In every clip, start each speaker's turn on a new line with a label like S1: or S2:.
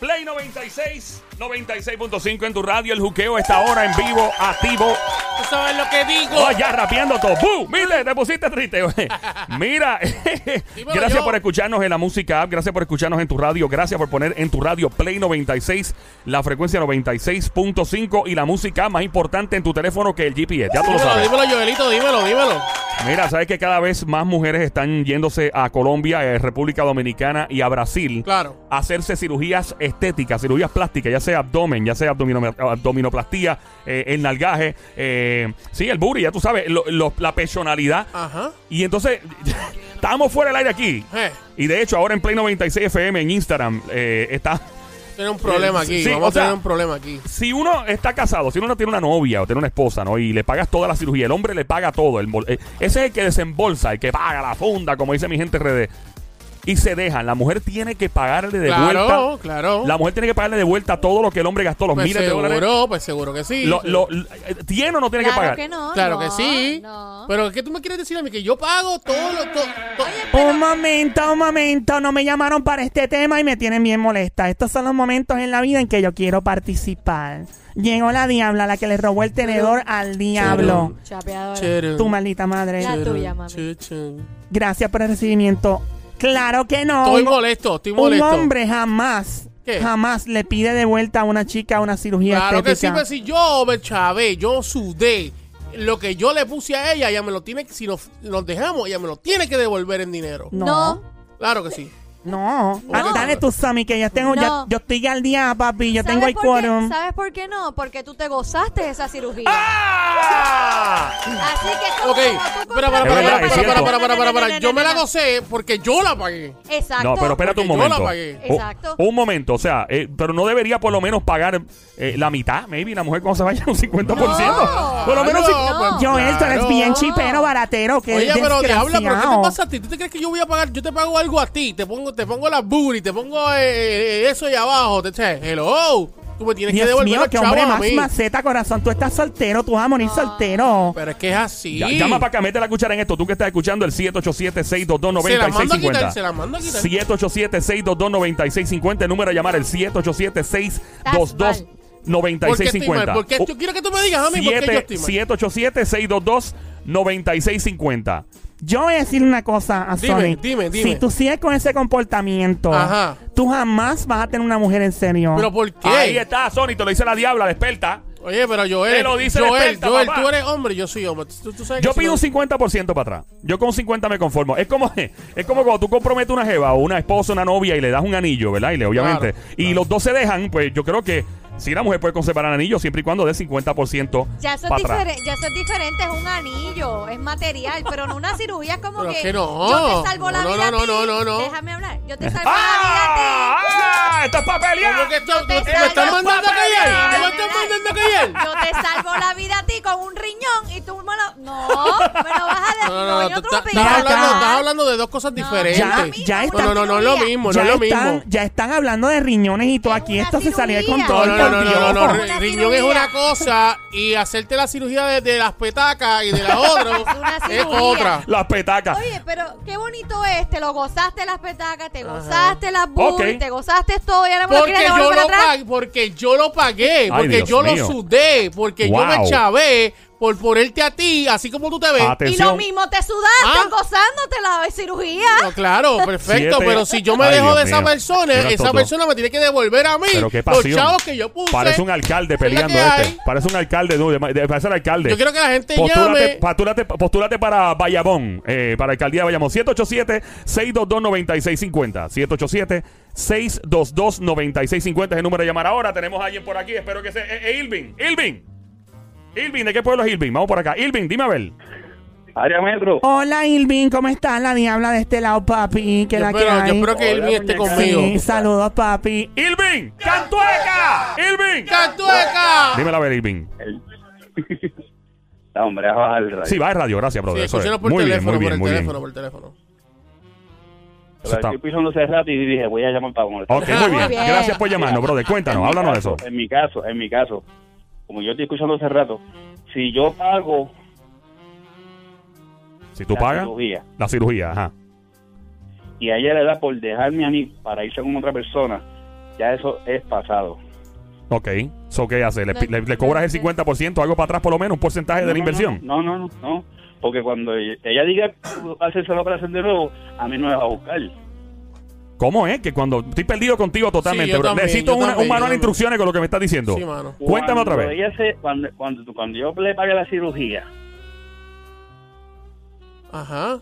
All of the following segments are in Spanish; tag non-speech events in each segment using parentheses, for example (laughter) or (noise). S1: Play 96, 96.5 en tu radio. El juqueo está ahora en vivo, activo.
S2: Tú sabes lo que digo.
S1: Oh, ya rapeando todo. ¡Bú! Mire, te pusiste triste. (laughs) oye. Mira, (laughs) gracias
S2: yo.
S1: por escucharnos en la música app. Gracias por escucharnos en tu radio. Gracias por poner en tu radio Play 96, la frecuencia 96.5 y la música más importante en tu teléfono que el GPS. Ya tú lo
S2: dímelo,
S1: sabes.
S2: dímelo, Joelito, dímelo, dímelo.
S1: Mira, sabes que cada vez más mujeres están yéndose a Colombia, eh, República Dominicana y a Brasil
S2: Claro.
S1: a hacerse cirugías estéticas, cirugías plásticas, ya sea abdomen, ya sea abdomino- abdominoplastía, eh, el nalgaje, eh, sí, el booty, ya tú sabes, lo- lo- la personalidad.
S2: Ajá.
S1: Y entonces, (laughs) estábamos fuera del aire aquí.
S2: Eh,
S1: Y de hecho, ahora en Play 96 FM en Instagram eh, está.
S2: tiene un problema aquí.
S1: Sí,
S2: Vamos
S1: o sea-
S2: a tener un problema aquí.
S1: Si uno está casado, si uno no tiene una novia o tiene una esposa, ¿no? Y le pagas toda la cirugía, el hombre le paga todo. el bol- eh, ese es el que desembolsa, el que paga la funda, como dice mi gente RD. Y se dejan. La mujer tiene que pagarle de vuelta.
S2: Claro, claro.
S1: La mujer tiene que pagarle de vuelta todo lo que el hombre gastó, los
S2: pues
S1: miles de
S2: seguro,
S1: dólares.
S2: pues seguro que sí.
S1: Lo- lo- lo- eh, ¿Tiene o no tiene que
S3: Claro
S1: pagar?
S3: que no.
S2: claro
S3: no,
S2: que sí.
S3: No.
S2: Pero ¿qué tú me quieres decir a mí? Que yo pago todo lo... to- to-
S4: Un momento, un momento, no me llamaron para este tema y me tienen bien molesta. Estos son los momentos en la vida en que yo quiero participar. Llegó la diabla, la que le robó el tenedor al diablo.
S3: Chapeadora.
S2: Chero,
S4: Tu maldita madre.
S3: La
S2: chero,
S3: tuya, mami.
S2: che, che.
S4: Gracias por el recibimiento. Claro que no.
S2: Estoy
S4: Un-
S2: molesto, estoy
S4: un
S2: molesto.
S4: hombre jamás,
S2: ¿Qué?
S4: jamás le pide de vuelta a una chica una cirugía
S2: Claro que sí,
S4: estética.
S2: pues si yo me chavé, yo sudé, lo que yo le puse a ella, ella me lo tiene que, si nos, nos dejamos, ella me lo tiene que devolver en dinero.
S3: No.
S2: Claro que sí.
S4: No, Ah,
S2: No.
S4: dale tú, Sammy, que yo tengo, ya-
S3: No.
S4: yo estoy al día, papi, yo
S3: ¿Sabes
S4: tengo el
S3: por qué?
S4: quórum.
S3: ¿Sabes por qué no? Porque tú te gozaste esa cirugía.
S1: ¡Ah!
S3: Así que es como
S2: Ok,
S3: cuando tú
S2: espera, para,
S3: compras-
S1: Es
S2: para,
S1: verdad,
S2: para,
S1: es
S2: para, para,
S1: cierto.
S2: para, para, para, para. Yo me la
S3: No, no, no, no, no, no.
S2: gocé porque yo la pagué.
S3: Exacto.
S1: No, pero espérate un
S2: Porque yo la
S1: momento.
S2: pagué.
S1: O-
S3: Exacto.
S1: Un momento, o sea, eh, pero no debería por lo menos pagar eh, la mitad, maybe la mujer cuando se vaya un 50%.
S3: No.
S1: Por lo menos
S2: Ah,
S1: si-
S2: no, pues,
S4: Joel, tú eres
S2: claro.
S4: bien chipero, baratero, que
S2: Oye, pero diabla, ¿pero qué te
S4: desgraciado.
S2: pasa a ti? ¿Tú te crees que yo voy a pagar? Yo te pago algo a ti, te pongo, te pongo las booty, te pongo eh, eh, eso ahí abajo, te che, hello. Tú me tienes que
S4: Dios
S2: devolver
S4: mío,
S2: los
S4: qué
S2: chavos
S4: hombre
S2: a
S4: más
S2: mí.
S4: maceta, corazón. Tú estás soltero, tú vas a
S3: Ah.
S4: morir soltero.
S2: Pero es que es así.
S1: Ya- llama para acá, mete la cuchara en esto. Tú que estás escuchando el
S2: se la mando a quitar, se
S1: 787-622-9650.
S2: la mando a quitar.
S1: 787-622-9650. El número a llamar el
S2: Pues, ¿Por qué estoy mal?
S1: 787-622-9650.
S2: Porque yo quiero que tú me digas a mí por qué yo estoy mal.
S1: 787-622-9650.
S4: Yo voy a decir una cosa a
S2: Dime,
S4: Sonic.
S2: dime, dime.
S4: Si tú sigues con ese comportamiento,
S2: Ajá.
S4: tú jamás vas a tener una mujer en serio.
S2: ¿Pero pues, por qué?
S1: Ahí está, Sony, te lo dice la diabla, desperta.
S2: Oye, pero Joel,
S1: Te lo dice la
S2: Joel,
S1: experta,
S2: Joel,
S1: papá.
S2: tú eres hombre, yo soy hombre. Tú, tú sabes
S1: Yo
S2: que si
S1: pido
S2: no-
S1: un 50% para atrás. Yo con 50 me conformo. Es como, (laughs) es como cuando tú comprometes una jeva o una esposa, una novia y le das un anillo, ¿verdad? Y le, obviamente.
S2: Claro,
S1: y los dos se dejan, pues yo creo que si la mujer puede conservar el anillo siempre y cuando dé 50%
S3: Ya eso, es
S1: para atrás.
S3: difere- ya eso es diferente, es un anillo, es material, pero en una cirugía es como
S2: Pero
S3: que,
S2: que no.
S3: yo te salvo la
S2: No, no,
S3: vida
S2: no,
S3: a ti.
S2: no, no, no.
S3: Déjame hablar, yo te salvo
S1: ¡Ah! ¡Ah! ¡Esto es para
S2: ¿Cómo
S1: pelear!
S2: que esto- tú-
S3: te
S2: tú
S3: salgo.
S2: Eh, me estás mandando a callar? ¿Tú me
S3: Dale,
S2: estás
S3: dale.
S2: mandando a callar?
S3: la vida a ti, yo te salvo la vida a ti con un riñón y tú me lo... No, me lo vas a...
S2: (laughs) No, no, no,
S3: yo
S2: tú
S3: te lo
S2: estás estás
S3: voy a pegar.
S2: hablando, estás hablando de dos cosas
S3: No,
S2: diferentes.
S4: ya- ya
S2: no, no, no, no es lo mismo, no
S4: ya,
S2: es lo
S4: están,
S2: mismo.
S4: ya están hablando de riñones y todo
S3: Es
S4: aquí.
S3: una
S4: Esto se salió de
S3: cirugía.
S2: No,
S4: control.
S2: no, no, no,
S4: por
S2: no, no,
S4: Dios.
S2: ri-
S3: Una
S2: riñón es
S3: cirugía.
S2: una cosa y hacerte la cirugía de, de las petacas y de
S3: (laughs)
S2: la otra
S3: una
S2: es
S3: cirugía.
S2: otra.
S1: Las petacas.
S3: Oye, pero qué bonito es, te lo gozaste las petacas, te gozaste las boobies,
S1: Ok.
S3: te gozaste todo y ahora me lo
S2: Porque
S3: quieres
S2: yo,
S3: devolver
S2: lo
S3: atrás.
S2: pagué, porque yo lo pagué, porque
S1: Dios
S2: yo
S1: mío.
S2: lo sudé, porque yo
S1: Wow. Ah,
S2: me chavé por ponerte a ti, así como tú te ves.
S3: Y lo
S1: Atención.
S3: mismo te sudaste
S2: Ah.
S3: gozándote la cirugía.
S2: No, claro, perfecto,
S1: Siete-
S2: pero si yo me
S1: Ay,
S2: dejo
S1: Dios
S2: de esa
S1: mío.
S2: persona,
S1: Mira,
S2: esa
S1: Toto.
S2: persona me tiene que devolver a mí
S1: Pero qué
S2: los
S1: pasión.
S2: chavos que yo puse.
S1: Parece un alcalde peleando
S2: que hay.
S1: este. Parece un alcalde, no, de- de- parece el alcalde.
S2: Yo quiero que la gente
S1: Postúlate,
S2: llame.
S1: postúlate, postúlate para Bayamón, eh, para alcaldía de Bayamón. 787-622-9650. 787-622-9650 es el número de llamar ahora. Tenemos a alguien por aquí. Espero que sea. Eh, eh, Irving, Irving. Irving, ¿de qué pueblo es Irving? Vamos por acá. Irving, dime a ver.
S5: Área Metro.
S4: Hola, Irving, ¿cómo estás? La diabla de este lado, papi. Que
S2: Yo
S4: la que
S2: espero, yo
S4: hay.
S2: espero que Irving esté conmigo.
S4: Sí, saludos, papi.
S1: Irving, Cantueca. Irving.
S2: ¡Cantueca!
S1: Dímela a ver, Irving.
S5: El- (laughs) No, hombre, baja el radio.
S1: Sí, va de radio. Gracias,
S2: Sí,
S1: brother. Eso es.
S2: escúchalo por
S1: muy
S2: teléfono,
S1: bien, muy bien,
S2: por
S1: muy
S2: el
S1: bien.
S2: teléfono, por el teléfono.
S5: Pero
S1: Eso está-
S5: estoy pisando hace rato y dije, voy a llamar para molestar.
S1: Ok, muy bien.
S3: bien.
S1: Gracias por llamarnos, brother.
S5: En
S1: Cuéntanos,
S5: mi
S1: háblanos de
S5: caso,
S1: eso.
S5: En mi caso, en mi caso, como yo estoy escuchando hace rato, si yo pago
S1: Si tú
S5: la
S1: pagas,
S5: cirugía
S1: la cirugía, ajá.
S5: y a ella le da por dejarme a mí para irse con otra persona, ya eso es pasado.
S1: Ok. So, ¿qué hace? ¿Le,
S3: No,
S1: le- le
S3: no
S1: cobras el
S3: entiendo.
S1: 50%, algo para atrás por lo menos, un porcentaje de la inversión?
S5: No, no, no, no. Porque cuando ella diga hacerse la operación de nuevo, a mí no me va a buscar.
S1: ¿Cómo es? Que cuando estoy perdido contigo totalmente,
S2: Sí, yo
S1: bro.
S2: también,
S1: Necesito
S2: yo
S1: una- un
S2: también,
S1: manual
S2: yo
S1: de
S2: también.
S1: instrucciones con lo que me estás diciendo.
S2: Sí, mano.
S1: Cuéntame otra
S5: Cuando
S1: vez.
S5: ella se- cuando, cuando, cuando yo le pague la cirugía,
S2: Ajá.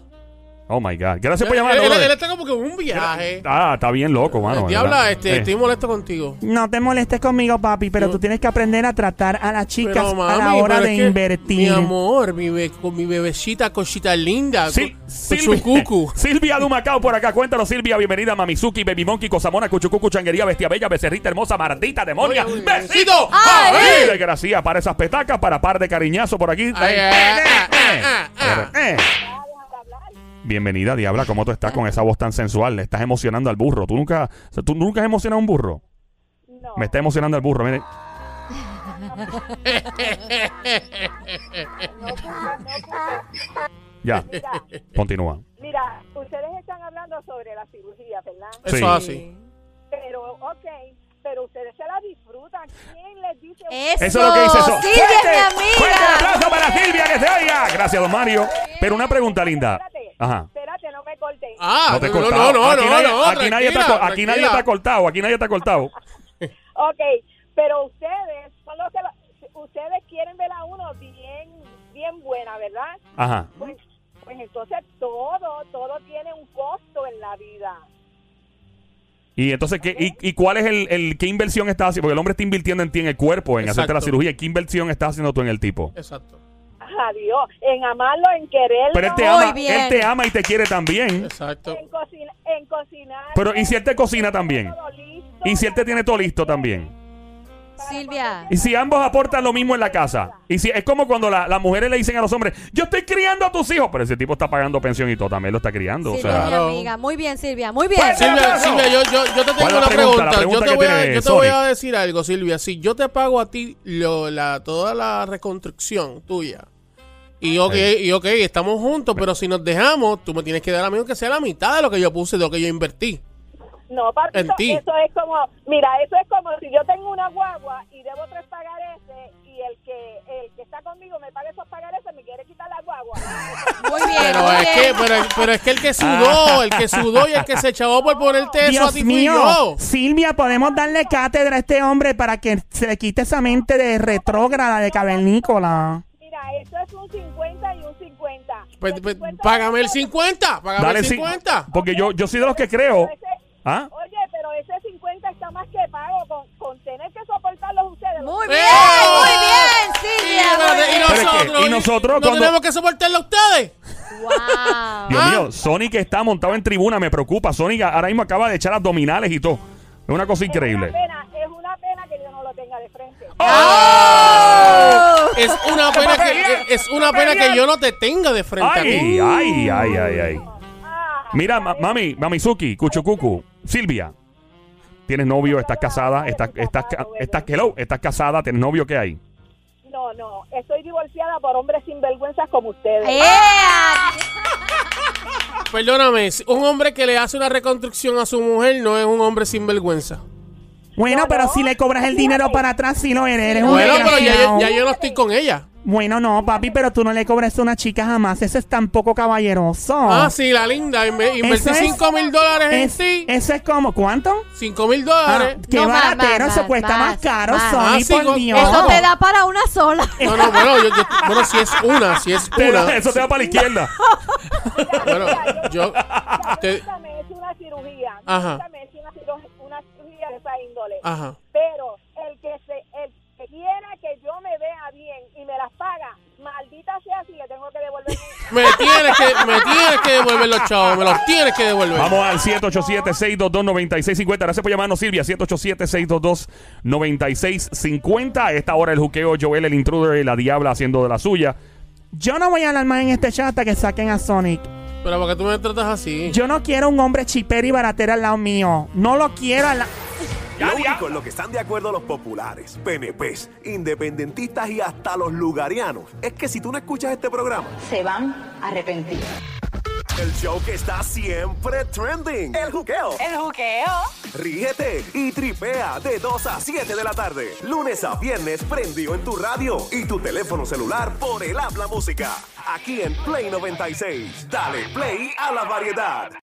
S1: Oh my God. Gracias por
S2: Él,
S1: llamar.
S2: él-
S1: brother.
S2: él está como que en un viaje.
S1: Ah, está bien loco, mano. de
S2: Diabla,
S1: verdad.
S2: este,
S1: Eh,
S2: estoy molesto contigo.
S4: No te molestes conmigo, papi, pero
S2: Yo-
S4: tú tienes que aprender a tratar a las chicas
S2: Pero, mami,
S4: a la hora
S2: pero
S4: de
S2: es que, Mi
S4: invertir.
S2: amor, mi be- con mi bebecita, cosita linda.
S1: Sí,
S2: con- con
S1: Silvia,
S2: su cucu.
S1: (laughs) Silvia Dumacao por acá. Cuéntanos, Silvia. Bienvenida, Mamizuki, Baby Monkey, Cosamona, Cuchucucu, Changuería, Bestia Bella, Becerrita Hermosa, Mardita, Demonia.
S2: Oye, oye,
S1: ¡Besito! Ah.
S3: ¡Ay!
S1: ¡Ay! Desgracia para esas petacas, para par de cariñazo por aquí. Eh,
S2: Ay, ah,
S1: eh, eh,
S2: ah, ah,
S1: eh. Bienvenida, Diabla. ¿Cómo tú estás con esa voz tan sensual? Le estás emocionando al burro. ¿Tú nunca, tú nunca has emocionado a un burro?
S6: No.
S1: Me está emocionando el burro, mire. Ya,
S6: Mira,
S1: continúa.
S6: mira, ustedes están hablando sobre la cirugía, ¿verdad?
S1: Sí.
S2: Eso es así.
S6: Pero, ok, pero ustedes se la disfrutan. ¿Quién les dice?
S3: Eso,
S1: Eso es lo que dice eso.
S3: Silvia es mi
S1: Fuerte, fuerte el
S3: amiga.
S1: aplauso para Silvia que se oiga. Gracias, don Mario. Pero una pregunta linda.
S6: Espérate,
S1: Ajá.
S6: espérate, no me corten.
S2: Ah,
S1: No te he
S2: no,
S1: cortado.
S2: no, no,
S1: aquí
S2: no,
S1: nadie,
S2: no,
S1: aquí nadie te ha co-
S2: tranquila,
S1: aquí nadie te
S2: tranquila.
S1: ha cortado. Aquí nadie te ha cortado.
S6: Ok, pero ustedes, son los que lo- ustedes quieren ver a uno bien, bien buena, ¿verdad?
S1: Ajá.
S6: Pues, pues entonces todo, todo tiene un costo en la vida.
S1: Y entonces, ¿qué, y, y cuál es el, el- qué inversión estás haciendo? Porque el hombre está invirtiendo en ti, en el cuerpo, en hacerte la
S2: Exacto.
S1: cirugía. ¿Qué inversión estás haciendo tú en el tipo?
S2: Exacto,
S6: Adiós, en amarlo, en quererlo,
S1: Pero él te
S3: Muy
S1: ama,
S3: bien.
S1: él te ama y te quiere también.
S2: exacto.
S6: en, cocina, en cocinar.
S1: Pero, ¿y si él te cocina también?
S6: Todo listo,
S1: Y si él te tiene todo listo también.
S6: para
S3: Silvia.
S1: Y si ambos aportan lo mismo en la casa. Y si es como cuando la- las mujeres le dicen a los hombres, yo estoy criando a tus hijos. Pero ese tipo está pagando pensión y todo, también lo está criando. o
S3: Silvia
S1: sea,
S3: es mi
S2: Claro.
S3: amiga. Muy bien, Silvia. Muy bien.
S1: Pues,
S2: Silvia,
S1: aplauso.
S2: Silvia, yo, yo, yo te tengo
S1: ¿Cuál es la
S2: una
S1: pregunta?
S2: pregunta.
S1: La pregunta
S2: yo
S1: que
S2: te, voy a,
S1: tiene
S2: yo te voy
S1: Sonic.
S2: a decir algo, Silvia. Si yo te pago a ti lo- la, toda la reconstrucción tuya, y ok, y ok, estamos juntos, pero si nos dejamos, tú me tienes que dar a mí aunque sea la mitad de lo que yo puse, de lo que yo invertí.
S6: No, papi,
S2: En
S6: eso,
S2: ti.
S6: eso es como, mira, eso es como si yo tengo una guagua y debo tres pagareses y el que el que está conmigo me paga esos pagareses me quiere quitar la guagua.
S3: Muy bien.
S2: Pero
S3: muy
S2: es, que, pues,
S3: bien.
S2: pero, pero es que el que
S1: Ah.
S2: sudó, el que sudó y el que se echó por ponerte eso a
S4: Dios
S2: ti fui
S4: mío,
S2: yo.
S4: Silvia, podemos darle cátedra a este hombre para que se le quite esa mente de retrógrada de cavernícola.
S6: Mira, eso es un 50 y un 50.
S2: Pues, pues,
S6: 50
S2: págame el
S6: de-
S2: 50, págame
S1: dale
S2: el
S1: sí-
S2: 50.
S1: Porque yo, yo soy de los que creo.
S6: Ese-
S1: ¿Ah?
S6: Oye, pero ese 50 está más que pago con, con tener que soportarlos ustedes.
S3: Muy
S2: ¡Eh!
S3: bien, muy bien, Silvia.
S2: Y,
S3: muy
S2: espérate, y
S3: bien.
S1: Pero es que-
S2: nosotros,
S1: y nosotros
S2: ¿no
S1: cuando-
S2: tenemos que soportarlo a ustedes?
S3: Wow.
S1: Dios
S2: Ah.
S1: mío, Sonic está montado en tribuna, me preocupa. Sonic ahora mismo acaba de echar abdominales y todo. Es una cosa increíble.
S6: Es una, pena, es una pena que yo no lo tenga de frente.
S1: ¡Oh!
S2: Es
S3: (laughs)
S2: una pena que es una pena que yo no te tenga de frente a ti.
S1: Ay, ay, ay, ay, ay.
S6: Ah,
S1: Mira, ma- mami, mamizuki, cuchucucu, Silvia. Tienes novio, estás casada, estás, estás, ca- estás, hello, estás casada, tienes novio, ¿qué hay?
S6: No, no, estoy divorciada por hombres sinvergüenzas como ustedes.
S3: ¡Ea!
S2: Perdóname, un hombre que le hace una reconstrucción a su mujer no es un hombre sin vergüenza.
S4: Bueno,
S6: No,
S4: pero
S6: no.
S4: si le cobras el dinero para atrás, si lo eres, eres un
S2: Bueno, pero ya,
S4: desgraciado.
S2: yo- ya yo no estoy con ella.
S4: Bueno, no, papi, pero tú no le cobras a una chica jamás. Eso es tan poco caballeroso.
S2: Ah, sí, la linda. inve- Invertí
S4: Eso es-
S2: 5 mil dólares en
S4: es,
S2: ti.
S4: eso es como, ¿cuánto?
S2: 5 mil
S4: Ah,
S2: dólares.
S4: qué
S3: No, más,
S4: baratero,
S3: más,
S4: eso
S3: más,
S4: cuesta más,
S3: más,
S4: caro,
S3: más.
S4: Sony,
S2: Ah, sí,
S4: por
S2: con-
S4: Dios.
S3: Eso te da para una sola.
S2: No, no, bueno, yo, yo- bueno, si es una, si es
S1: Te da- (laughs)
S2: una.
S1: eso te va para la izquierda.
S2: Bueno, yo.
S6: La
S2: te-
S6: nunca me he hecho una cirugía,
S2: Ajá.
S6: nunca me he hecho una cirugía, una cirugía de esa índole.
S2: ajá.
S6: Pero el que se, el que quiera que yo me vea bien y me las paga, maldita sea si le tengo que devolver.
S2: (laughs) Me tienes que, me tienes que devolver los chavos, me los tienes que devolver.
S1: Vamos al 787-622-9650. Gracias por llamarnos, Silvia. 787-622-9650. A esta hora el juqueo, Joel, el intruder y la diabla haciendo de la suya.
S4: Yo no voy a hablar más en este chat hasta que saquen a Sonic.
S2: Pero porque tú me tratas así.
S4: Yo no quiero un hombre chipero y baratero al lado mío. No lo quiero al la-
S7: Lo único en lo que están de acuerdo los populares, PNPs, independentistas y hasta los lugarianos es que si tú no escuchas este programa,
S8: se van a arrepentir.
S7: el show que está siempre trending, el juqueo.
S8: El juqueo
S7: ríete y tripea de 2 a 7 de la tarde. Lunes a viernes prendido en tu radio y tu teléfono celular por el habla música. Aquí en Play 96. Dale play a la variedad.